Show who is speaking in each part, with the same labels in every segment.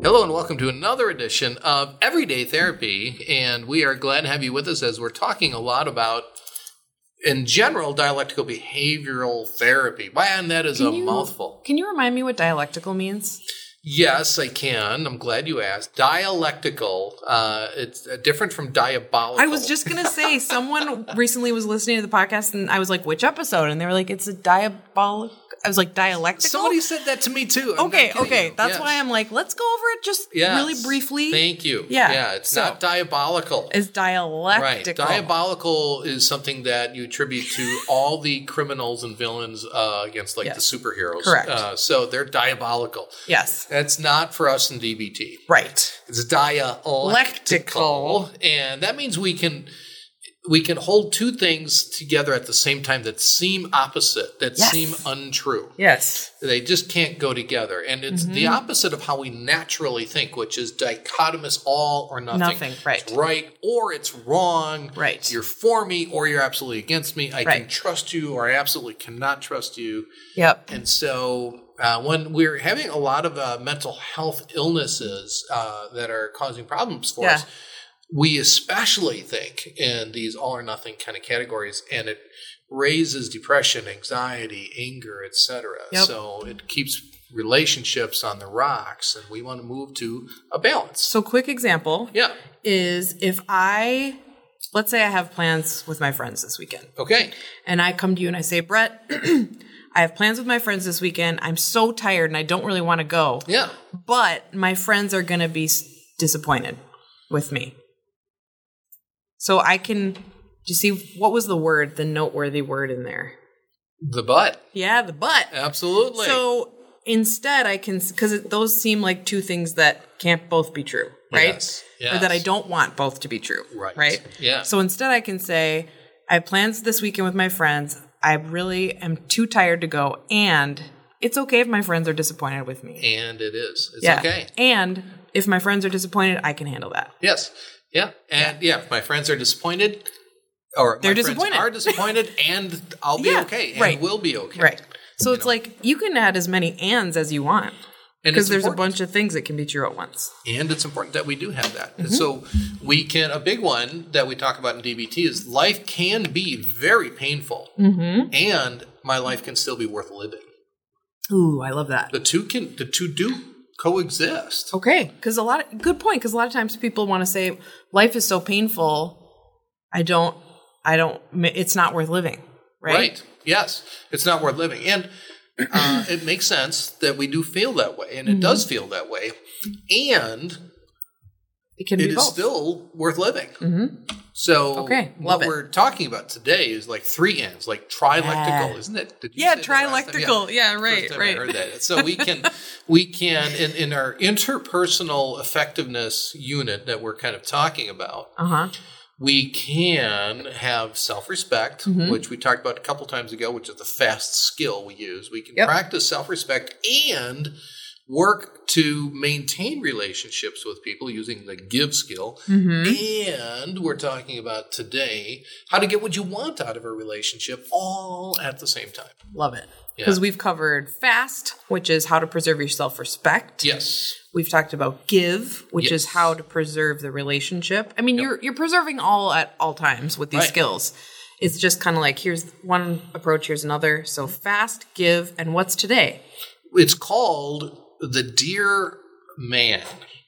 Speaker 1: welcome to another edition of Everyday Therapy. And we are glad to have you with us as we're talking a lot about, in general, dialectical behavioral therapy. Man, that is
Speaker 2: Can
Speaker 1: a
Speaker 2: you-
Speaker 1: mouthful.
Speaker 2: Can you remind me what dialectical means?
Speaker 1: Yes, I can. I'm glad you asked. Dialectical, uh, it's uh, different from diabolical.
Speaker 2: I was just gonna say someone recently was listening to the podcast and I was like, which episode? And they were like, it's a diabolic. I was like, dialectical.
Speaker 1: Somebody said that to me too. I'm
Speaker 2: okay,
Speaker 1: not kidding
Speaker 2: okay,
Speaker 1: you.
Speaker 2: that's
Speaker 1: Yes.
Speaker 2: why I'm like, let's go over it just
Speaker 1: Yes.
Speaker 2: really briefly.
Speaker 1: Thank you.
Speaker 2: Yeah,
Speaker 1: Yeah, it's
Speaker 2: so-
Speaker 1: not diabolical.
Speaker 2: Is
Speaker 1: Right.
Speaker 2: dialectical?
Speaker 1: Diabolical is something that you attribute to all the criminals and villains uh, against, like,
Speaker 2: Yes.
Speaker 1: the superheroes.
Speaker 2: Correct.
Speaker 1: Uh, so they're diabolical.
Speaker 2: Yes.
Speaker 1: That's not for us in DBT.
Speaker 2: Right.
Speaker 1: It's dialectical,
Speaker 2: Lectical.
Speaker 1: and that means we can we can hold two things together at the same time that seem opposite, that
Speaker 2: Yes.
Speaker 1: seem untrue.
Speaker 2: Yes.
Speaker 1: They just can't go together, and it's the
Speaker 2: Mm-hmm.
Speaker 1: opposite of how we naturally think, which is dichotomous all or nothing.
Speaker 2: Nothing, right.
Speaker 1: It's right or it's wrong.
Speaker 2: Right.
Speaker 1: You're for me or you're absolutely against me. I can
Speaker 2: Right.
Speaker 1: trust you or I absolutely cannot trust you.
Speaker 2: Yep.
Speaker 1: And so, uh, when we're having a lot of uh, mental health illnesses uh, that are causing problems for
Speaker 2: Yeah.
Speaker 1: us, we especially think in these all or nothing kind of categories, and it raises depression, anxiety, anger, etc.
Speaker 2: Yep.
Speaker 1: So it keeps relationships on the rocks, and we want to move to a balance.
Speaker 2: So, quick example
Speaker 1: Yeah.
Speaker 2: is if I, let's say I have plans with my friends this weekend.
Speaker 1: Okay.
Speaker 2: and I come to you and I say, Brett, I have plans with my friends this weekend. I'm so tired and I don't really want to go,
Speaker 1: Yeah.
Speaker 2: but my friends are going to be s- disappointed with me. So I can, do you see what was the word, the noteworthy word in there?
Speaker 1: The butt.
Speaker 2: Yeah, the but.
Speaker 1: Absolutely.
Speaker 2: So instead, I can, because those seem like two things that can't both be true, right?
Speaker 1: Yes,
Speaker 2: Or that I
Speaker 1: yes.
Speaker 2: don't want both to be true,
Speaker 1: Right,
Speaker 2: Right.
Speaker 1: yeah.
Speaker 2: So instead, I can say, I have plans this weekend with my friends. I really am too tired to go, and it's okay if my friends are disappointed with me.
Speaker 1: and it is. It's
Speaker 2: yeah.
Speaker 1: okay.
Speaker 2: And if my friends are disappointed, I can handle that.
Speaker 1: Yes. Yeah. And yeah, if my friends are disappointed, or
Speaker 2: They're
Speaker 1: my friends
Speaker 2: disappointed.
Speaker 1: are disappointed, and I'll be
Speaker 2: Yeah,
Speaker 1: okay, and
Speaker 2: right.
Speaker 1: will be okay.
Speaker 2: Right. So it's like you can add as many ands as you want
Speaker 1: And
Speaker 2: because
Speaker 1: it's
Speaker 2: there's
Speaker 1: important.
Speaker 2: a bunch of things that can be true at once.
Speaker 1: And it's important that we do have that.
Speaker 2: Mm-hmm.
Speaker 1: And so we can, a big one that we talk about in DBT is life can be very painful,
Speaker 2: Mm-hmm.
Speaker 1: and my life can still be worth living.
Speaker 2: Ooh, I love that.
Speaker 1: The two can, the two do coexist.
Speaker 2: Okay, because a lot of good point. Because a lot of times people want to say life is so painful, I don't, I don't, it's not worth living, right?
Speaker 1: Yes. It's not worth living. And uh, it makes sense that we do feel that way, and
Speaker 2: Mm-hmm.
Speaker 1: it does feel that way. And
Speaker 2: It can
Speaker 1: it
Speaker 2: be
Speaker 1: is
Speaker 2: both.
Speaker 1: still worth living. So,
Speaker 2: Okay,
Speaker 1: what
Speaker 2: love it.
Speaker 1: we're talking about today is like three ends, like trilectical,
Speaker 2: Yeah.
Speaker 1: isn't it? Did you
Speaker 2: yeah,
Speaker 1: say that last time?
Speaker 2: trilectical. Yeah,
Speaker 1: First
Speaker 2: right,
Speaker 1: time I
Speaker 2: right.
Speaker 1: heard that. So we can, we can, in, in our interpersonal effectiveness unit that we're kind of talking about,
Speaker 2: Uh huh.
Speaker 1: we can have self-respect,
Speaker 2: Mm-hmm.
Speaker 1: which we talked about a couple times ago, which is the fast skill we use. We can
Speaker 2: Yep.
Speaker 1: practice self-respect and work to maintain relationships with people using the give skill.
Speaker 2: Mm-hmm.
Speaker 1: And we're talking about today how to get what you want out of a relationship all at the same time.
Speaker 2: Love it.
Speaker 1: Yeah.
Speaker 2: Because we've covered fast, which is how to preserve your self respect.
Speaker 1: Yes.
Speaker 2: We've talked about give, which is
Speaker 1: Yes.
Speaker 2: how to preserve the relationship. I mean, you're you're preserving all at all times with these
Speaker 1: Right.
Speaker 2: skills. It's just kind of like here's one approach, here's another. So fast, give, and what's today?
Speaker 1: It's called the Dear Man.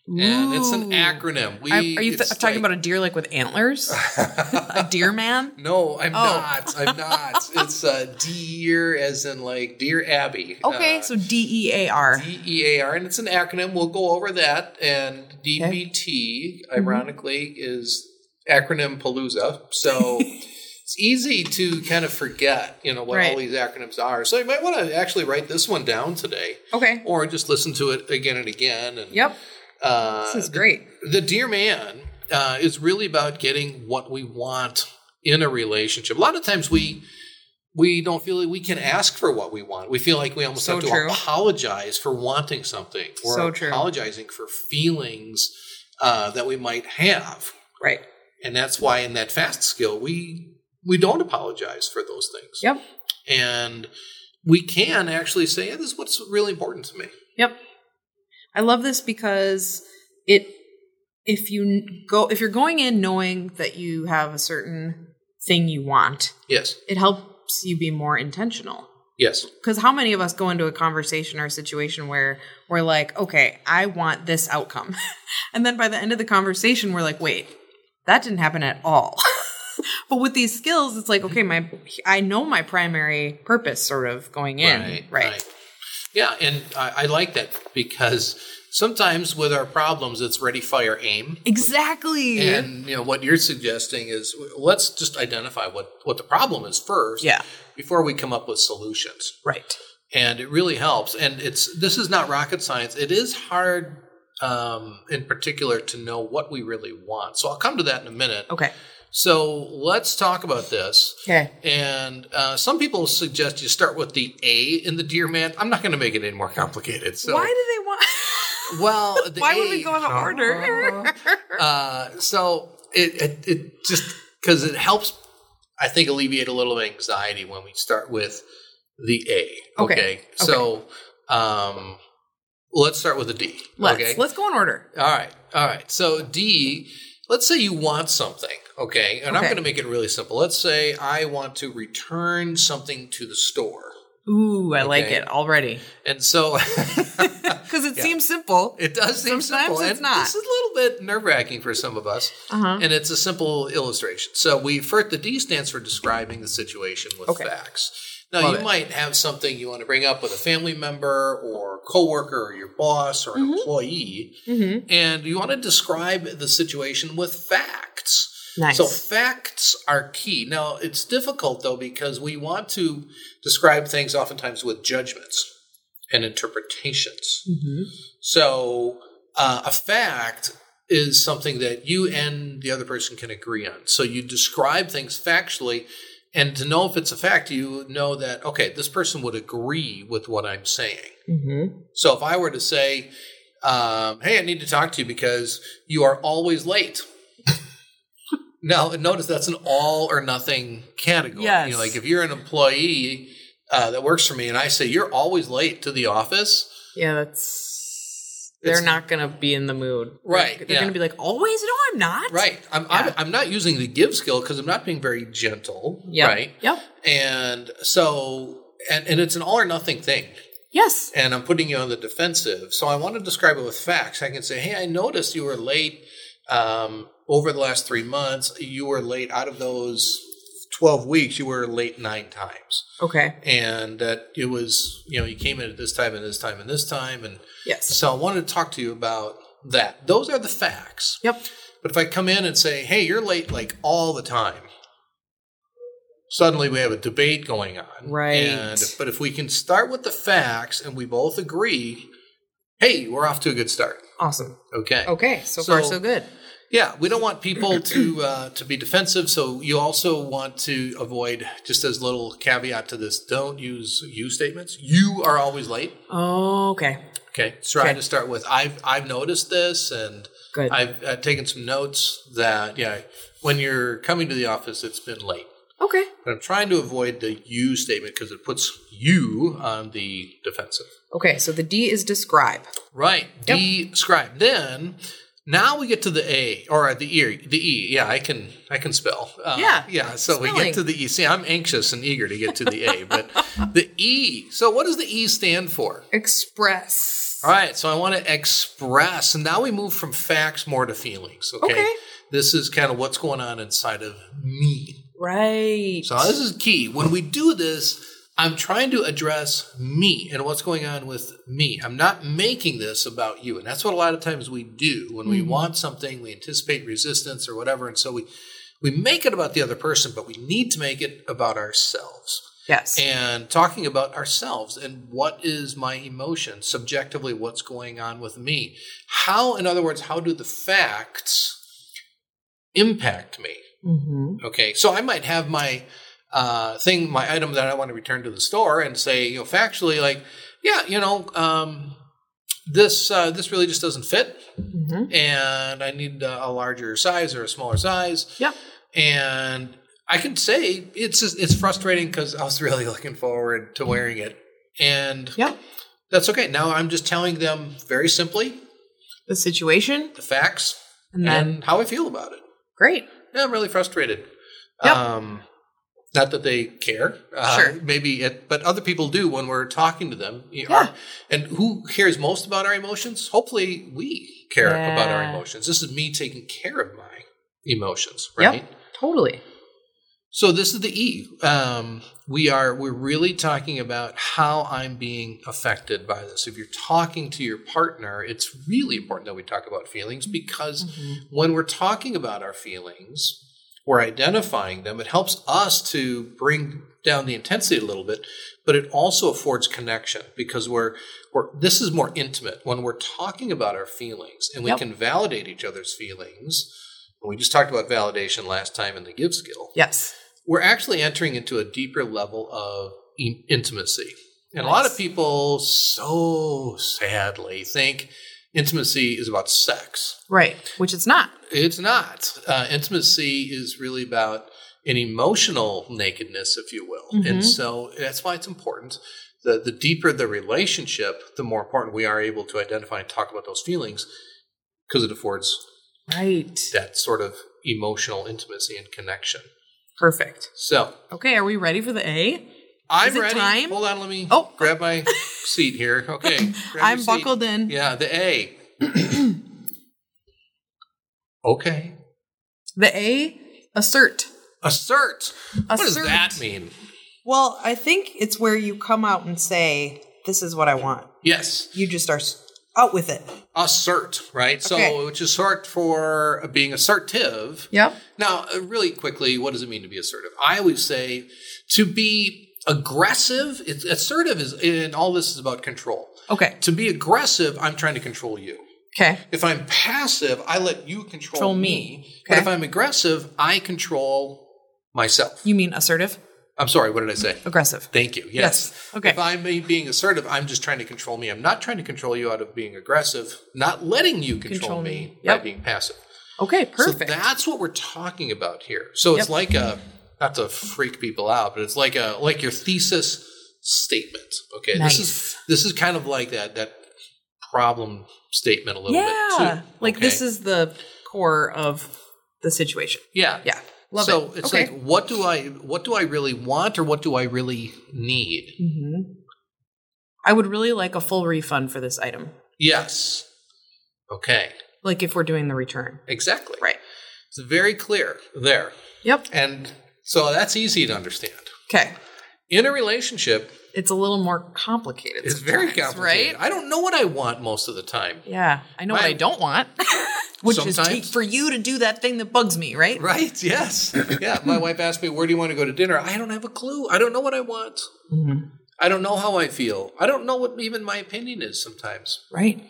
Speaker 1: And it's an acronym. We,
Speaker 2: Are, are you th-
Speaker 1: it's
Speaker 2: talking
Speaker 1: like-
Speaker 2: about a deer like with antlers? a deer man?
Speaker 1: No, I'm not. I'm not. it's uh, dear, as in like dear Abby. Uh,
Speaker 2: Okay, so D E A R.
Speaker 1: D E A R, and it's an acronym. We'll go over that. And DBT,
Speaker 2: Mm-hmm.
Speaker 1: ironically, is acronym Palooza. So it's easy to kind of forget, you know, what all
Speaker 2: Right.
Speaker 1: these acronyms are. So you might want to actually write this one down today,
Speaker 2: Okay.
Speaker 1: or just listen to it again and again. And
Speaker 2: Yep.
Speaker 1: uh,
Speaker 2: This is great.
Speaker 1: the dear man uh, is really about getting what we want in a relationship. A lot of times we we don't feel like we can ask for what we want. We feel like we almost
Speaker 2: So
Speaker 1: have to
Speaker 2: true.
Speaker 1: apologize for wanting something or
Speaker 2: So true.
Speaker 1: apologizing for feelings uh, that we might have.
Speaker 2: Right.
Speaker 1: And that's why in that fast skill we we don't apologize for those things.
Speaker 2: Yep.
Speaker 1: And we can actually say, yeah, this is what's really important to me.
Speaker 2: Yep. I love this because it if you go if you're going in knowing that you have a certain thing you want,
Speaker 1: Yes.
Speaker 2: it helps you be more intentional.
Speaker 1: Yes.
Speaker 2: Because how many of us go into a conversation or a situation where we're like, okay, I want this outcome. and then by the end of the conversation, we're like, wait, that didn't happen at all. but with these skills, it's like, okay, my I know my primary purpose sort of going in. Right.
Speaker 1: Yeah, and I, I like that because sometimes with our problems, it's ready, fire, aim.
Speaker 2: Exactly.
Speaker 1: And you know what you're suggesting is w- let's just identify what what the problem is first,
Speaker 2: yeah.
Speaker 1: before we come up with solutions.
Speaker 2: Right.
Speaker 1: and it really helps. And it's this is not rocket science. It is hard, um, in particular, to know what we really want. So I'll come to that in a minute.
Speaker 2: Okay.
Speaker 1: So let's talk about this.
Speaker 2: Okay.
Speaker 1: And uh, some people suggest you start with the A in the deer man. I'm not going to make it any more complicated. So
Speaker 2: Why do they want
Speaker 1: well, the
Speaker 2: why
Speaker 1: A,
Speaker 2: would we go in order?
Speaker 1: Uh, so it, it it just because it helps, I think, alleviate a little anxiety when we start with the A.
Speaker 2: Okay.
Speaker 1: So um, let's start with a D.
Speaker 2: let's
Speaker 1: okay.
Speaker 2: let's go in order.
Speaker 1: All right. All right. So D. Let's say you want something. Okay. And I'm
Speaker 2: Okay.
Speaker 1: going to make it really simple. Let's say I want to return something to the store.
Speaker 2: Ooh, I like
Speaker 1: Okay.
Speaker 2: it already.
Speaker 1: And so
Speaker 2: Because it seems simple.
Speaker 1: it does seem
Speaker 2: Sometimes
Speaker 1: simple.
Speaker 2: it's
Speaker 1: and
Speaker 2: not.
Speaker 1: This is a little bit nerve wracking for some of us.
Speaker 2: Uh-huh.
Speaker 1: and it's a simple illustration. So we first the D stands for describing the situation with
Speaker 2: Okay.
Speaker 1: facts. Now
Speaker 2: Love
Speaker 1: you
Speaker 2: it.
Speaker 1: might have something you want to bring up with a family member or coworker or your boss or an employee,
Speaker 2: Mm-hmm.
Speaker 1: and you want to describe the situation with facts.
Speaker 2: Nice.
Speaker 1: So facts are key. Now it's difficult though because we want to describe things oftentimes with judgments and interpretations.
Speaker 2: mm-hmm.
Speaker 1: So uh, a fact is something that you and the other person can agree on. So you describe things factually, and to know if it's a fact, you know that okay, this person would agree with what I'm saying.
Speaker 2: Mm-hmm.
Speaker 1: So if I were to say, um, "Hey, I need to talk to you because you are always late." now, notice that's an all or nothing category. You know,
Speaker 2: Yes.
Speaker 1: like if you're an employee uh, that works for me, and I say you're always late to the office,
Speaker 2: Yeah, that's. They're
Speaker 1: It's-
Speaker 2: not gonna be in the mood,
Speaker 1: Right,
Speaker 2: They're,
Speaker 1: yeah.
Speaker 2: gonna be like, always. No, I'm not.
Speaker 1: Right. I'm,
Speaker 2: Yeah.
Speaker 1: I'm, I'm not using the give skill because I'm not being very gentle.
Speaker 2: Yep.
Speaker 1: Right.
Speaker 2: Yep.
Speaker 1: And so, and, and it's an all or nothing thing.
Speaker 2: Yes.
Speaker 1: And I'm putting you on the defensive. So I want to describe it with facts. I can say, hey, I noticed you were late um, over the last three months. You were late out of those 12 weeks, you were late nine times.
Speaker 2: Okay.
Speaker 1: And that it was, you know, you came in at this time and this time and this time. And
Speaker 2: Yes.
Speaker 1: so I wanted to talk to you about that. Those are the facts.
Speaker 2: Yep.
Speaker 1: But if I come in and say, hey, you're late like all the time, suddenly we have a debate going on.
Speaker 2: Right.
Speaker 1: And, but if we can start with the facts and we both agree, hey, we're off to a good start.
Speaker 2: Awesome.
Speaker 1: Okay.
Speaker 2: Okay. So,
Speaker 1: So-
Speaker 2: far, so good.
Speaker 1: Yeah, we don't want people to uh, to be defensive. So you also want to avoid, just as little caveat to this, don't use you statements. You are always late.
Speaker 2: Okay.
Speaker 1: Okay. Try
Speaker 2: Okay.
Speaker 1: to start with I've I've noticed this and
Speaker 2: Good.
Speaker 1: I've uh, taken some notes that yeah, when you're coming to the office, it's been late.
Speaker 2: okay.
Speaker 1: But I'm trying to avoid the "you" statement because it puts you on the defensive.
Speaker 2: Okay. So the D is describe.
Speaker 1: Right. Describe. Then now we get to the A or the E. The E. Yeah, I can I can spell. Uh,
Speaker 2: Yeah,
Speaker 1: Yeah. So we
Speaker 2: spelling.
Speaker 1: get to the E. See, I'm anxious and eager to get to the A, but the E. So what does the E stand for?
Speaker 2: Express.
Speaker 1: All right, so I want to express, and now we move from facts more to feelings. Okay,
Speaker 2: Okay.
Speaker 1: this is kind of what's going on inside of me.
Speaker 2: Right.
Speaker 1: So this is key. When we do this, I'm trying to address me and what's going on with me. I'm not making this about you, and that's what a lot of times we do when we want something. We anticipate resistance or whatever, and so we we make it about the other person, but we need to make it about ourselves
Speaker 2: yes.
Speaker 1: and talking about ourselves and what is my emotion subjectively what's going on with me how in other words how do the facts impact me
Speaker 2: mm-hmm.
Speaker 1: okay so i might have my uh, thing my item that i want to return to the store and say you know factually like yeah you know um, this uh, this really just doesn't fit
Speaker 2: Mm-hmm.
Speaker 1: and i need uh, a larger size or a smaller size
Speaker 2: Yep.
Speaker 1: and I can say it's just, it's frustrating because I was really looking forward to wearing it, and
Speaker 2: Yep.
Speaker 1: that's okay. Now I'm just telling them very simply,
Speaker 2: the situation.
Speaker 1: the facts,
Speaker 2: And then,
Speaker 1: and how I feel about it.
Speaker 2: great.
Speaker 1: Yeah, I'm really frustrated.
Speaker 2: Yep.
Speaker 1: Um, not that they care, uh,
Speaker 2: Sure.
Speaker 1: Maybe, it, but other people do when we're talking to them. You know,
Speaker 2: Yeah.
Speaker 1: our- and who cares most about our emotions? Hopefully, we care about our
Speaker 2: Yeah.
Speaker 1: emotions. This is me taking care of my emotions,
Speaker 2: Yep.
Speaker 1: right?
Speaker 2: Totally.
Speaker 1: So this is the E. Um, we are we're really talking about how I'm being affected by this. If you're talking to your partner, it's really important that we talk about feelings because when we're talking about our feelings, we're identifying them. It helps us to bring down the intensity a little bit, but it also affords connection because we're we're this is more intimate when we're talking about our feelings and we
Speaker 2: Yep.
Speaker 1: can validate each other's feelings. We just talked about validation last time in the give skill
Speaker 2: Yes.
Speaker 1: we're actually entering into a deeper level of in- intimacy. And a lot of
Speaker 2: Nice.
Speaker 1: people, so sadly, think intimacy is about sex.
Speaker 2: Right. Which it's not.
Speaker 1: It's not. Uh, intimacy is really about an emotional nakedness, if you will.
Speaker 2: Mhm.
Speaker 1: And so that's why it's important. The, the deeper the relationship, the more important we are able to identify and talk about those feelings because it affords
Speaker 2: Right.
Speaker 1: that sort of emotional intimacy and connection.
Speaker 2: Perfect.
Speaker 1: So
Speaker 2: Okay. Are we ready for the A?
Speaker 1: I'm
Speaker 2: Is it
Speaker 1: ready.
Speaker 2: time?
Speaker 1: Hold on, let me
Speaker 2: Oh.
Speaker 1: grab my seat here. Okay. grab your
Speaker 2: I'm
Speaker 1: seat.
Speaker 2: buckled in.
Speaker 1: Yeah, the A. okay.
Speaker 2: The A, assert.
Speaker 1: Assert. What does
Speaker 2: Assert.
Speaker 1: that mean?
Speaker 2: Well, I think it's where you come out and say, "This is what I want."
Speaker 1: Yes.
Speaker 2: You just are s- out with it.
Speaker 1: Assert, right?
Speaker 2: Okay.
Speaker 1: So which is short for being assertive.
Speaker 2: Yep.
Speaker 1: Now, uh, really quickly, what does it mean to be assertive? I always say to be aggressive, it's assertive is and all this is about control.
Speaker 2: Okay.
Speaker 1: To be aggressive, I'm trying to control you.
Speaker 2: Okay.
Speaker 1: If I'm passive, I let you control,
Speaker 2: Control me.
Speaker 1: me. But
Speaker 2: Okay.
Speaker 1: if I'm aggressive, I control myself.
Speaker 2: You mean assertive,
Speaker 1: I'm sorry, what did I say?
Speaker 2: aggressive?
Speaker 1: Thank you. Yes.
Speaker 2: Yes. Okay.
Speaker 1: If I'm be- being assertive, I'm just trying to control me. I'm not trying to control you out of being aggressive, not letting you control,
Speaker 2: Control
Speaker 1: me,
Speaker 2: me. Yep.
Speaker 1: by being passive.
Speaker 2: Okay. Perfect.
Speaker 1: So that's what we're talking about here. So it's
Speaker 2: Yep.
Speaker 1: like a not to freak people out, but it's like a like your thesis statement. Okay. This
Speaker 2: Nice.
Speaker 1: is this is kind of like that that problem statement a little bit
Speaker 2: yeah.
Speaker 1: too.
Speaker 2: Like
Speaker 1: okay?
Speaker 2: this is the core of the situation.
Speaker 1: Yeah.
Speaker 2: Yeah. Love it.
Speaker 1: so it's
Speaker 2: okay.
Speaker 1: like what do I what do I really want or what do I really need?
Speaker 2: Mhm. I would really like a full refund for this item.
Speaker 1: Yes. Okay.
Speaker 2: Like if we're doing the return.
Speaker 1: Exactly.
Speaker 2: Right.
Speaker 1: It's very clear there.
Speaker 2: Yep.
Speaker 1: And so that's easy to understand.
Speaker 2: Okay.
Speaker 1: In a relationship,
Speaker 2: It's a little more complicated.
Speaker 1: it's very
Speaker 2: sometimes,
Speaker 1: complicated.
Speaker 2: right?
Speaker 1: I don't know what I want most of the time.
Speaker 2: Yeah, I know what
Speaker 1: My-
Speaker 2: I don't want, which is
Speaker 1: Sometimes.
Speaker 2: take for you to do that thing that bugs me, right?
Speaker 1: Right? Yes. yeah. My wife asked me, "Where do you want to go to dinner?" I don't have a clue. I don't know what I want.
Speaker 2: Mhm.
Speaker 1: I don't know how I feel. I don't know what even my opinion is sometimes.
Speaker 2: Right.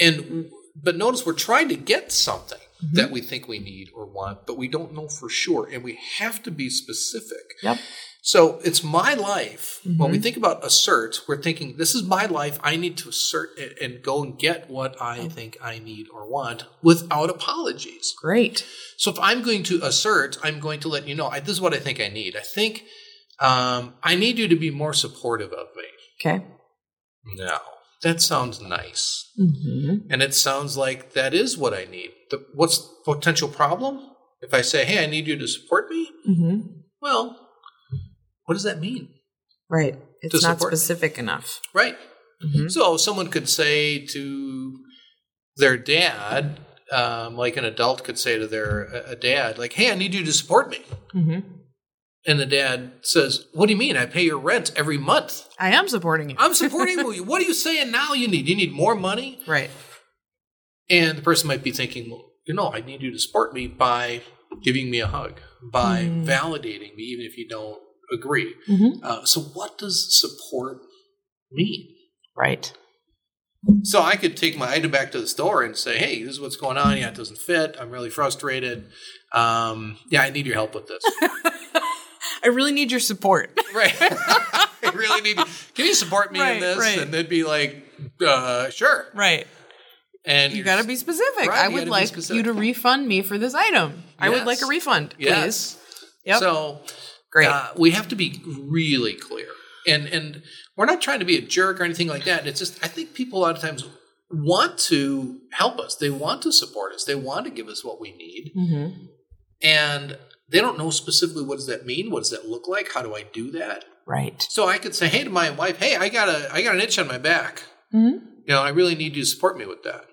Speaker 1: And but notice we're trying to get something that we think we need or want, but we don't know for sure, and we have to be specific.
Speaker 2: Yep.
Speaker 1: So it's my life. When we think about assert, we're thinking this is my life. I need to assert it and go and get what I think I need or want without apologies.
Speaker 2: Great.
Speaker 1: So if I'm going to assert, I'm going to let you know I, this is what I think I need. I think um, I need you to be more supportive of me.
Speaker 2: Okay.
Speaker 1: No, that sounds nice.
Speaker 2: Mm-hmm.
Speaker 1: And it sounds like that is what I need. The, what's the potential problem? If I say, hey, I need you to support me,
Speaker 2: Mm-hmm.
Speaker 1: well, what does that mean?
Speaker 2: Right. It's
Speaker 1: To
Speaker 2: not
Speaker 1: support me.
Speaker 2: specific enough.
Speaker 1: Right.
Speaker 2: Mhm.
Speaker 1: So someone could say to their dad, um, like an adult could say to their a a dad, like, hey, I need you to support me.
Speaker 2: Mm-hmm.
Speaker 1: And the dad says, what do you mean? I pay your rent every month.
Speaker 2: I am supporting you.
Speaker 1: I'm supporting you. What are you saying now you need? You need more money?
Speaker 2: right.
Speaker 1: And the person might be thinking, well, you know, I need you to support me by giving me a hug, by
Speaker 2: Mm.
Speaker 1: validating me, even if you don't agree.
Speaker 2: Mm-hmm.
Speaker 1: Uh, so, what does support mean?
Speaker 2: Right.
Speaker 1: So, I could take my item back to the store and say, hey, this is what's going on. Yeah, it doesn't fit. I'm really frustrated. Um, yeah, I need your help with this.
Speaker 2: I really need your support.
Speaker 1: right. I really need, can you support me
Speaker 2: Right,
Speaker 1: in this?
Speaker 2: right.
Speaker 1: And they'd be like, uh, sure.
Speaker 2: right.
Speaker 1: And
Speaker 2: You
Speaker 1: you're-
Speaker 2: got to be specific.
Speaker 1: Right,
Speaker 2: I
Speaker 1: you
Speaker 2: would
Speaker 1: gotta be
Speaker 2: like
Speaker 1: specific.
Speaker 2: you to refund me for this item. I would
Speaker 1: Yes.
Speaker 2: like a refund, please.
Speaker 1: Yes.
Speaker 2: Yep.
Speaker 1: So,
Speaker 2: Great.
Speaker 1: Uh, we have to be really clear, and and we're not trying to be a jerk or anything like that. It's just I think people a lot of times want to help us. They want to support us. They want to give us what we need.
Speaker 2: Mm-hmm.
Speaker 1: And they don't know specifically what does that mean? What does that look like? How do I do that?
Speaker 2: Right.
Speaker 1: So I could say, hey, to my wife, hey, I got a, I got an itch on my back.
Speaker 2: Mm-hmm.
Speaker 1: You know, I really need you to support me with that.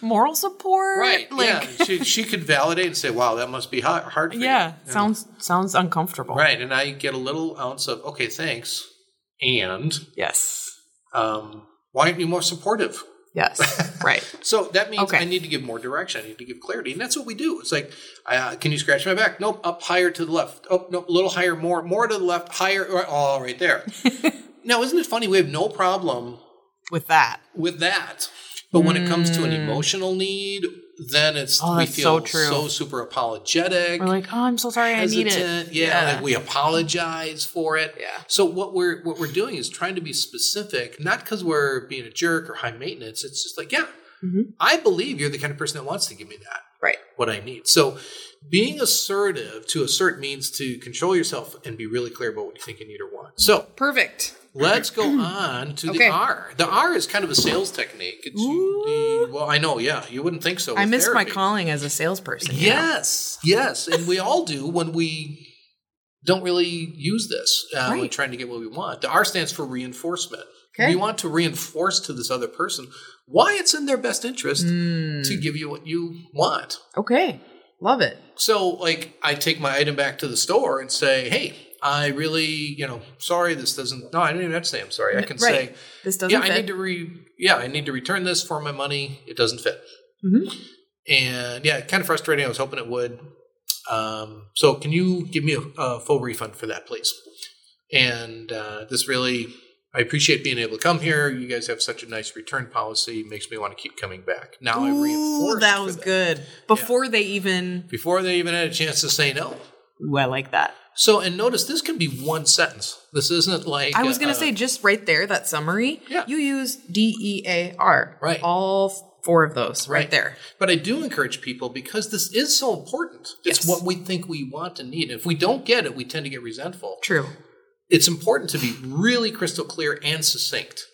Speaker 2: Moral support.
Speaker 1: Right.
Speaker 2: Like, yeah.
Speaker 1: yeah. She, she could validate and say, wow, that must be hard, hard for you." You know?
Speaker 2: Sounds sounds uncomfortable.
Speaker 1: Right. And I get a little ounce of, okay, thanks. And
Speaker 2: Yes.
Speaker 1: um, why aren't you more supportive?
Speaker 2: Yes. right.
Speaker 1: So that means
Speaker 2: Okay.
Speaker 1: I need to give more direction. I need to give clarity, and that's what we do. It's like, uh, can you scratch my back? Nope. Up higher to the left. Oh, nope. A little higher. More. More to the left. Higher. Right, oh, right there. now, isn't it funny? We have no problem
Speaker 2: With that.
Speaker 1: with that, but when it comes to an emotional need, then it's
Speaker 2: Mm. Oh,
Speaker 1: we
Speaker 2: that's
Speaker 1: feel
Speaker 2: so true.
Speaker 1: super apologetic.
Speaker 2: We're like, oh, I'm so sorry. I need it.
Speaker 1: hesitant. Yeah, like we apologize for it.
Speaker 2: Yeah.
Speaker 1: So what we're what we're doing is trying to be specific, not because we're being a jerk or high maintenance. It's just like, yeah,
Speaker 2: Mhm.
Speaker 1: I believe you're the kind of person that wants to give me that
Speaker 2: Right.
Speaker 1: what I need. So being assertive to assert means to control yourself and be really clear about what you think you need or want. So
Speaker 2: Perfect.
Speaker 1: let's go on to
Speaker 2: Okay.
Speaker 1: the R. The R is kind of a sales technique. It's you, the, well, I know, yeah, you wouldn't think so.
Speaker 2: I
Speaker 1: with
Speaker 2: missed my
Speaker 1: therapy.
Speaker 2: calling as a salesperson. you know?
Speaker 1: Yes, yes, and we all do when we don't really use this uh, when
Speaker 2: Right.
Speaker 1: trying to get what we want. The R stands for reinforcement.
Speaker 2: Okay.
Speaker 1: We want to reinforce to this other person why it's in their best interest
Speaker 2: Hmm.
Speaker 1: to give you what you want.
Speaker 2: Okay. Love it.
Speaker 1: So, like, I take my item back to the store and say, "Hey, I really, you know, sorry, this doesn't." No, I don't even have to say I'm sorry. I can
Speaker 2: Right.
Speaker 1: say,
Speaker 2: This doesn't
Speaker 1: "Yeah,
Speaker 2: fit.
Speaker 1: I need to re, yeah, I need to return this for my money. It doesn't fit."
Speaker 2: Mhm.
Speaker 1: And yeah, kind of frustrating. I was hoping it would. Um, so, can you give me a, a full refund for that, please? And uh, this really, I appreciate being able to come here. You guys have such a nice return policy. It makes me want to keep coming back. Now I
Speaker 2: Ooh,
Speaker 1: reinforced
Speaker 2: that
Speaker 1: for
Speaker 2: was good. Before they even,
Speaker 1: before they even had a chance to say no.
Speaker 2: ooh, I like that.
Speaker 1: So, and notice this can be one sentence. This isn't like
Speaker 2: I was gonna
Speaker 1: uh,
Speaker 2: say just right there that summary.
Speaker 1: Yeah.
Speaker 2: You use D E A R.
Speaker 1: Right.
Speaker 2: All f- four of those right,
Speaker 1: Right.
Speaker 2: there.
Speaker 1: But I do encourage people because this is so important.
Speaker 2: Yes.
Speaker 1: It's what we think we want and need. If we don't get it, we tend to get resentful.
Speaker 2: True.
Speaker 1: It's important to be really crystal clear and succinct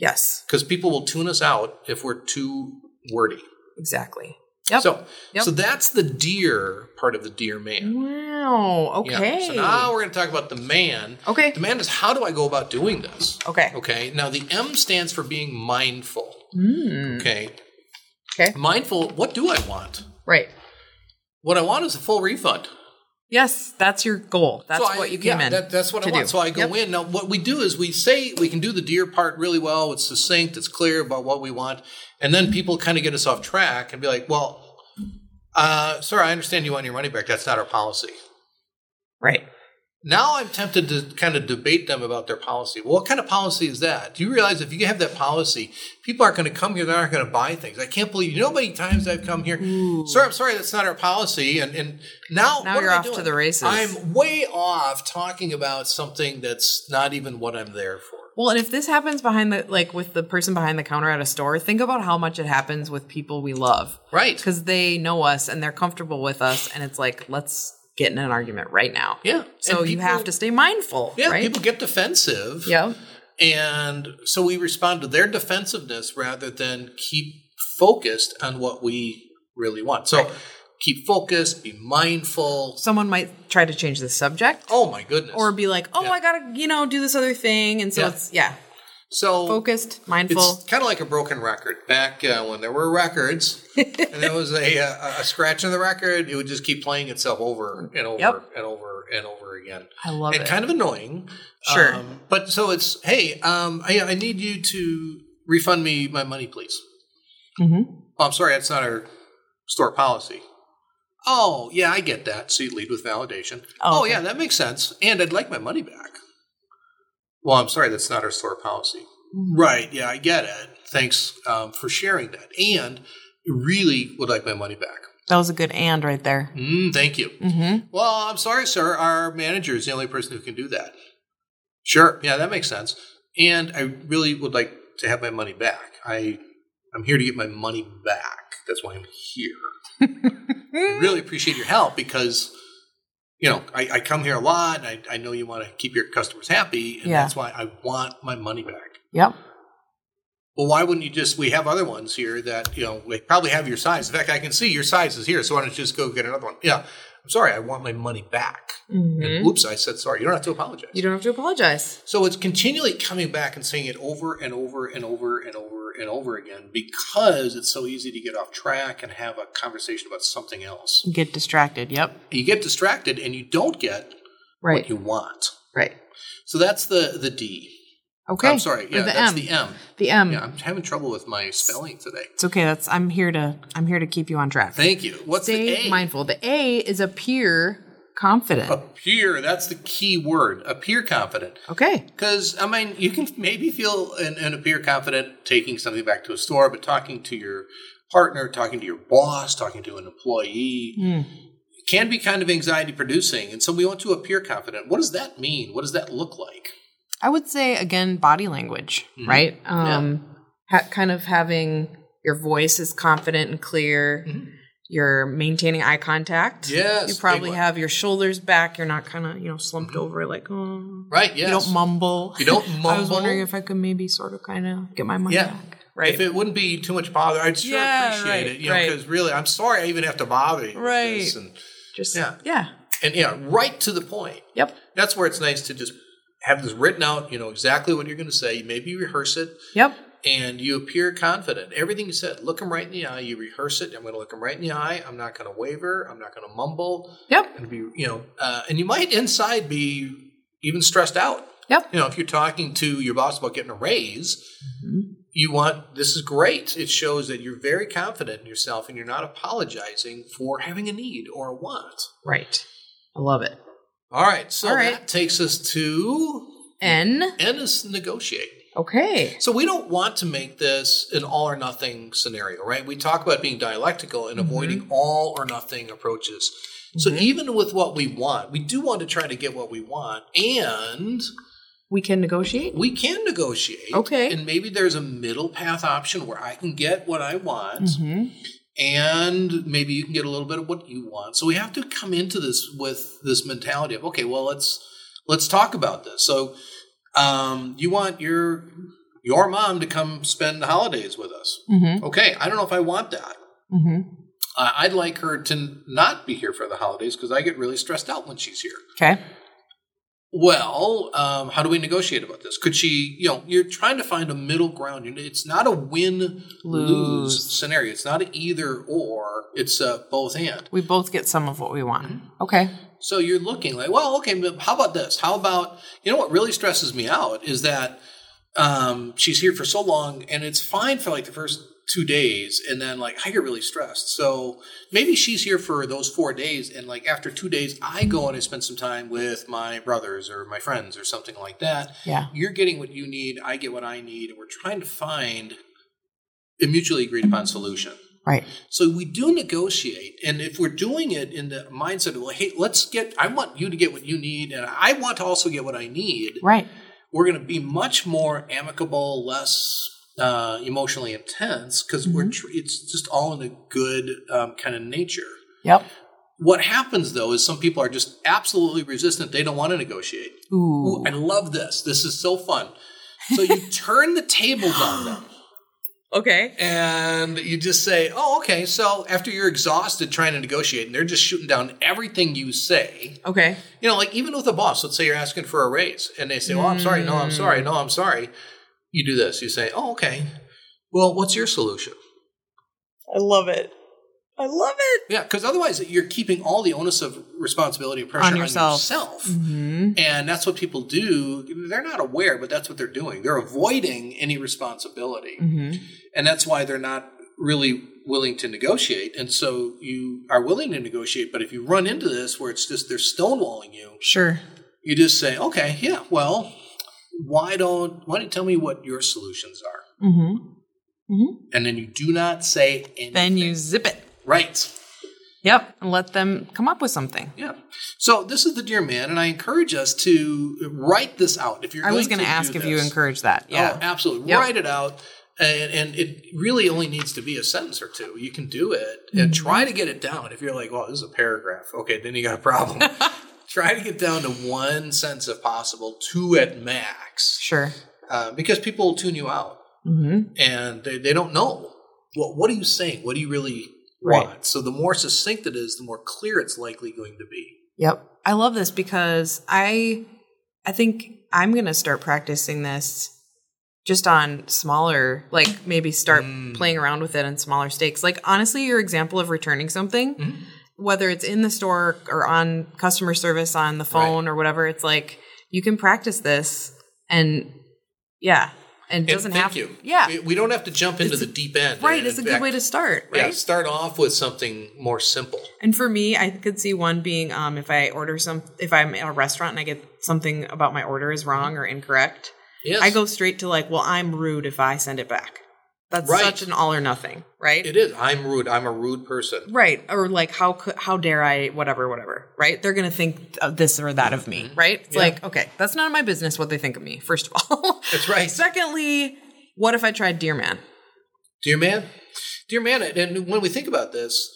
Speaker 2: Yes.
Speaker 1: because people will tune us out if we're too wordy.
Speaker 2: Exactly. Yep.
Speaker 1: So,
Speaker 2: Yep.
Speaker 1: so that's the deer part of the deer man.
Speaker 2: wow.
Speaker 1: Yeah.
Speaker 2: Okay.
Speaker 1: So now we're going to talk about the man.
Speaker 2: okay.
Speaker 1: The man is how do I go about doing this?
Speaker 2: Okay.
Speaker 1: Okay. Now the M stands for being mindful.
Speaker 2: Mm.
Speaker 1: Okay.
Speaker 2: Okay.
Speaker 1: Mindful, what do I want?
Speaker 2: Right.
Speaker 1: What I want is a full refund.
Speaker 2: Yes, that's your goal. That's
Speaker 1: So I-
Speaker 2: what you came
Speaker 1: yeah,
Speaker 2: in.
Speaker 1: that- that's what
Speaker 2: to
Speaker 1: I want.
Speaker 2: do.
Speaker 1: So I go in. Now, what we do is we say we can do the deer part really well. It's succinct. It's clear about what we want, and then people kind of get us off track and be like, "Well, uh, sir, I understand you want your money back. That's not our policy."
Speaker 2: Right.
Speaker 1: Now I'm tempted to kind of debate them about their policy. Well, what kind of policy is that? Do you realize if you have that policy, people aren't going to come here, they aren't going to buy things. I can't believe you know how many times I've come here. Sir, I'm sorry, that's not our policy. And and now,
Speaker 2: Now
Speaker 1: what
Speaker 2: you're
Speaker 1: am I
Speaker 2: off to
Speaker 1: doing?
Speaker 2: the races.
Speaker 1: I'm way off talking about something that's not even what I'm there for.
Speaker 2: Well, and if this happens behind the like with the person behind the counter at a store, think about how much it happens with people we love.
Speaker 1: Right.
Speaker 2: Because they know us and they're comfortable with us and it's like, let's get in an argument right now.
Speaker 1: Yeah.
Speaker 2: So
Speaker 1: And
Speaker 2: you
Speaker 1: people-
Speaker 2: have to stay mindful,
Speaker 1: Yeah,
Speaker 2: right?
Speaker 1: people get defensive.
Speaker 2: yeah.
Speaker 1: And so we respond to their defensiveness rather than keep focused on what we really want. So keep focused, be mindful.
Speaker 2: Someone might try to change the subject
Speaker 1: Oh my goodness.
Speaker 2: or be like, "Oh,
Speaker 1: Yeah.
Speaker 2: I got to, you know, do this other thing." And so
Speaker 1: Yeah.
Speaker 2: it's yeah,
Speaker 1: so
Speaker 2: focused, mindful.
Speaker 1: it's kind of like a broken record. Back uh, when there were records and there was a, uh, a scratch in the record, it would just keep playing itself over and over
Speaker 2: Yep.
Speaker 1: and over and over again.
Speaker 2: I love
Speaker 1: and
Speaker 2: it.
Speaker 1: kind of annoying.
Speaker 2: Sure.
Speaker 1: Um, but so it's, hey, um, I, I need you to refund me my money, please.
Speaker 2: Mhm.
Speaker 1: Oh, I'm sorry, that's not our store policy. Oh, yeah, I get that. So you lead with validation.
Speaker 2: Oh,
Speaker 1: Oh,
Speaker 2: okay.
Speaker 1: yeah, that makes sense. And I'd like my money back. Well, I'm sorry, that's not our store policy. Right, yeah, I get it. Thanks um, for sharing that. And really would like my money back.
Speaker 2: That was a good and right there.
Speaker 1: Mm, thank you.
Speaker 2: Mhm.
Speaker 1: Well, I'm sorry, sir. Our manager is the only person who can do that. Sure. Yeah, that makes sense. And I really would like to have my money back. I I'm here to get my money back. That's why I'm here. I really appreciate your help because you know I, I come here a lot and I, I know you want to keep your customers happy and
Speaker 2: Yeah.
Speaker 1: that's why I want my money back.
Speaker 2: Yep.
Speaker 1: well, why wouldn't you just? We have other ones here that you know we probably have your size. In fact, I can see your size is here, so why don't you just go get another one? Yeah, I'm sorry, I want my money back. And oops, I said sorry. You don't have to apologize.
Speaker 2: Mm-hmm. You don't have to apologize.
Speaker 1: So it's continually coming back and saying it over and over and over and over and over again because it's so easy to get off track and have a conversation about something else.
Speaker 2: Get distracted. Yep.
Speaker 1: You get distracted and you don't get what
Speaker 2: Right.
Speaker 1: you want.
Speaker 2: Right.
Speaker 1: So that's the the D.
Speaker 2: Okay.
Speaker 1: am sorry.
Speaker 2: Or
Speaker 1: Yeah,
Speaker 2: the
Speaker 1: that's
Speaker 2: M.
Speaker 1: the M.
Speaker 2: The M.
Speaker 1: Yeah, I'm having trouble with my spelling today.
Speaker 2: It's okay. That's I'm here to I'm here to keep you on track.
Speaker 1: Thank you. What's the
Speaker 2: Stay
Speaker 1: A?
Speaker 2: mindful. The A is appear confident.
Speaker 1: Oh. Appear. That's the key word. Appear confident.
Speaker 2: Okay.
Speaker 1: Because, I mean, you can maybe feel and, and appear confident taking something back to a store, but talking to your partner, talking to your boss, talking to an employee
Speaker 2: Hmm.
Speaker 1: can be kind of anxiety producing. And so we want to appear confident. What does that mean? What does that look like?
Speaker 2: I would say again body language,
Speaker 1: Mm-hmm.
Speaker 2: right? Um ha- kind of having your voice is confident and clear. You're maintaining eye contact.
Speaker 1: Mm-hmm. Yes,
Speaker 2: You
Speaker 1: big
Speaker 2: probably
Speaker 1: one.
Speaker 2: have your shoulders back. You're not kind of, you know, slumped over like, oh.
Speaker 1: Right? Yes.
Speaker 2: You don't mumble.
Speaker 1: You don't
Speaker 2: I was
Speaker 1: mumble.
Speaker 2: wondering if I could maybe sort of kind of get my money
Speaker 1: Yeah.
Speaker 2: back. Right.
Speaker 1: If it wouldn't be too much bother, I'd sure
Speaker 2: Yeah,
Speaker 1: appreciate
Speaker 2: right,
Speaker 1: it. You know,
Speaker 2: right.
Speaker 1: because really, I'm sorry I even have to bother you. with
Speaker 2: Right.
Speaker 1: this. And,
Speaker 2: Just,
Speaker 1: yeah.
Speaker 2: yeah.
Speaker 1: and yeah, right to the point.
Speaker 2: Yep.
Speaker 1: That's where it's nice to just have this written out. You know exactly what you're going to say. Maybe you rehearse it,
Speaker 2: Yep.
Speaker 1: and you appear confident. Everything you said, look them right in the eye. You rehearse it. I'm going to look them right in the eye. I'm not going to waver. I'm not going to mumble.
Speaker 2: Yep.
Speaker 1: And be, you know, uh, and you might inside be even stressed out.
Speaker 2: Yep.
Speaker 1: You know, if you're talking to your boss about getting a raise,
Speaker 2: Mm-hmm.
Speaker 1: you want this is great. It shows that you're very confident in yourself and you're not apologizing for having a need or a want.
Speaker 2: Right. I love it.
Speaker 1: All right. So
Speaker 2: All right.
Speaker 1: that takes us to
Speaker 2: N.
Speaker 1: and is negotiate.
Speaker 2: Okay.
Speaker 1: So we don't want to make this an all or nothing scenario, right? We talk about being dialectical and avoiding all or nothing approaches. So even with what we want, we do want to try to get what we want and
Speaker 2: We can negotiate.
Speaker 1: we can negotiate.
Speaker 2: Okay.
Speaker 1: And maybe there's a middle path option where I can get what I want
Speaker 2: Mm-hmm.
Speaker 1: and maybe you can get a little bit of what you want. So we have to come into this with this mentality of okay, well let's let's talk about this. So um, you want your your mom to come spend the holidays with us.
Speaker 2: Mm-hmm.
Speaker 1: Okay, I don't know if I want that.
Speaker 2: Mm-hmm.
Speaker 1: Uh, I'd like her to not be here for the holidays because I get really stressed out when she's here.
Speaker 2: Okay.
Speaker 1: Well, um, how do we negotiate about this? Could she, you know, you're trying to find a middle ground. You know, It's not a win lose
Speaker 2: Lose.
Speaker 1: scenario. It's not an either or. It's a both and.
Speaker 2: We both get some of what we want. Okay.
Speaker 1: So you're looking like, well, okay, but how about this? How about you know what really stresses me out is that um, she's here for so long, and it's fine for like the first two days, and then like I get really stressed. So maybe she's here for those four days, and like after two days, I go and I spend some time with my brothers or my friends or something like that.
Speaker 2: Yeah.
Speaker 1: You're getting what you need, I get what I need, and we're trying to find a mutually agreed upon solution.
Speaker 2: Right.
Speaker 1: So we do negotiate, and if we're doing it in the mindset of, well, hey, let's get, I want you to get what you need, and I want to also get what I need,
Speaker 2: Right.
Speaker 1: we're going to be much more amicable, less uh, emotionally intense, because we're tr- it's just all in a good um, kind of nature.
Speaker 2: Yep.
Speaker 1: What happens though is some people are just absolutely resistant; they don't want to negotiate. Ooh,
Speaker 2: Ooh.
Speaker 1: I love this. This is so fun. So you turn the tables on them.
Speaker 2: Okay.
Speaker 1: and you just say, "Oh, okay." So after you're exhausted trying to negotiate, and they're just shooting down everything you say,
Speaker 2: Okay.
Speaker 1: you know, like even with a boss, let's say you're asking for a raise, and they say, "Oh, I'm sorry, no, I'm sorry, no, I'm sorry." You do this. You say, "Oh, okay." Well, what's your solution?
Speaker 2: I love it. I love it.
Speaker 1: Yeah, because otherwise you're keeping all the onus of responsibility and pressure
Speaker 2: On
Speaker 1: on yourself.
Speaker 2: yourself. Mm-hmm.
Speaker 1: And that's what people do. They're not aware, but that's what they're doing. They're avoiding any responsibility.
Speaker 2: Mm-hmm.
Speaker 1: and that's why they're not really willing to negotiate. And so you are willing to negotiate, but if you run into this where it's just they're stonewalling you,
Speaker 2: Sure.
Speaker 1: you just say, "Okay, yeah, well, why don't why don't you tell me what your solutions are?"
Speaker 2: Mm-hmm.
Speaker 1: And then you do not say anything.
Speaker 2: Then you zip it.
Speaker 1: right.
Speaker 2: Yep. And let them come up with something.
Speaker 1: Yeah. So this is the dear man, and I encourage us to write this out. If you're,
Speaker 2: I was
Speaker 1: going to
Speaker 2: going to ask
Speaker 1: do
Speaker 2: if you
Speaker 1: this.
Speaker 2: encourage that.
Speaker 1: Oh,
Speaker 2: Yeah.
Speaker 1: absolutely.
Speaker 2: Yep.
Speaker 1: Write it out. And, and it really only needs to be a sentence or two. You can do it
Speaker 2: Mm-hmm.
Speaker 1: and try to get it down. If you're like, well, this is a paragraph, okay, then you got a problem. try to get down to one sentence if possible, two at max,
Speaker 2: Sure.
Speaker 1: uh, because people will tune you out.
Speaker 2: Mm-hmm.
Speaker 1: and they, they don't know well, what are you saying what do you really
Speaker 2: Right.
Speaker 1: want so the more succinct it is the more clear it's likely going to be
Speaker 2: Yep. I love this because I I think I'm going to start practicing this just on smaller like maybe start
Speaker 1: Mm.
Speaker 2: playing around with it in smaller stakes. Like honestly your example of returning something
Speaker 1: Mhm.
Speaker 2: whether it's in the store or on customer service on the phone or whatever it's like you can practice this and yeah and it
Speaker 1: And
Speaker 2: doesn't
Speaker 1: thank
Speaker 2: have
Speaker 1: you
Speaker 2: Yeah.
Speaker 1: we, we don't have to jump into the deep end
Speaker 2: right,
Speaker 1: And
Speaker 2: it's a
Speaker 1: in
Speaker 2: good
Speaker 1: fact,
Speaker 2: way to start, right?
Speaker 1: yeah start off with something more simple
Speaker 2: And for me, I could see one being um, if I order some, if I'm in a restaurant and I get something about my order is wrong or incorrect,
Speaker 1: yes
Speaker 2: I go straight to like, well, I'm rude if I send it back. That's
Speaker 1: Right.
Speaker 2: such an all or nothing, right?
Speaker 1: it is i'm rude i'm a rude person
Speaker 2: right. Or like, how could, how dare I, whatever, whatever, right? They're going to think of this or that of me, right? It's
Speaker 1: Mm-hmm. Yeah.
Speaker 2: like, okay, that's none of my business what they think of me, first of all.
Speaker 1: that's right
Speaker 2: Secondly, what if I tried Dear Man?
Speaker 1: Dear man, dear man, and when we think about this,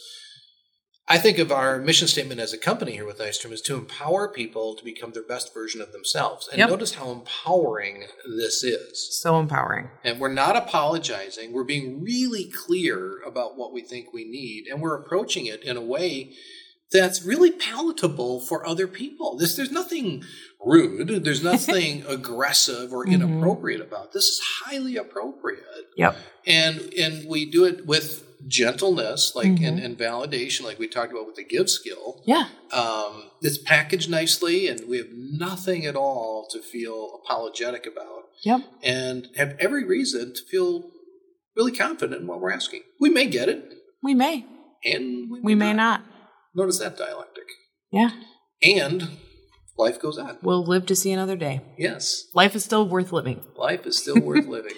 Speaker 1: I think of our mission statement as a company here with Nystrom is to empower people to become their best version of themselves. And
Speaker 2: Yep.
Speaker 1: notice how empowering this is.
Speaker 2: So empowering.
Speaker 1: And we're not apologizing. We're being really clear about what we think we need, and we're approaching it in a way that's really palatable for other people. This there's nothing rude. There's nothing aggressive or
Speaker 2: Mhm.
Speaker 1: inappropriate about this. Is highly appropriate
Speaker 2: Yep.
Speaker 1: and and we do it with gentleness like and,
Speaker 2: Mhm.
Speaker 1: and validation like we talked about with the give skill
Speaker 2: Yeah.
Speaker 1: um, it's packaged nicely and we have nothing at all to feel apologetic about
Speaker 2: Yep.
Speaker 1: and have every reason to feel really confident in what we're asking we may get it
Speaker 2: We may.
Speaker 1: and we may,
Speaker 2: We may not.
Speaker 1: notice that dialectic
Speaker 2: Yeah.
Speaker 1: and life goes on
Speaker 2: We'll live to see another day.
Speaker 1: yes
Speaker 2: Life is still worth living.
Speaker 1: life is still worth living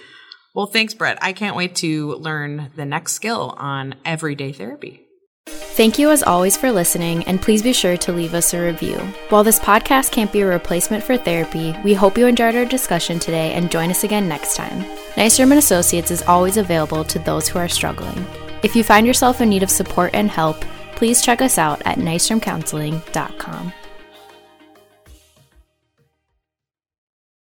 Speaker 2: Well, thanks, Brett. I can't wait to learn the next skill on everyday therapy.
Speaker 3: Thank you as always for listening, and please be sure to leave us a review. While this podcast can't be a replacement for therapy, we hope you enjoyed our discussion today and join us again next time. Nystrom and Associates is always available to those who are struggling. If you find yourself in need of support and help, please check us out at nystromcounseling.com.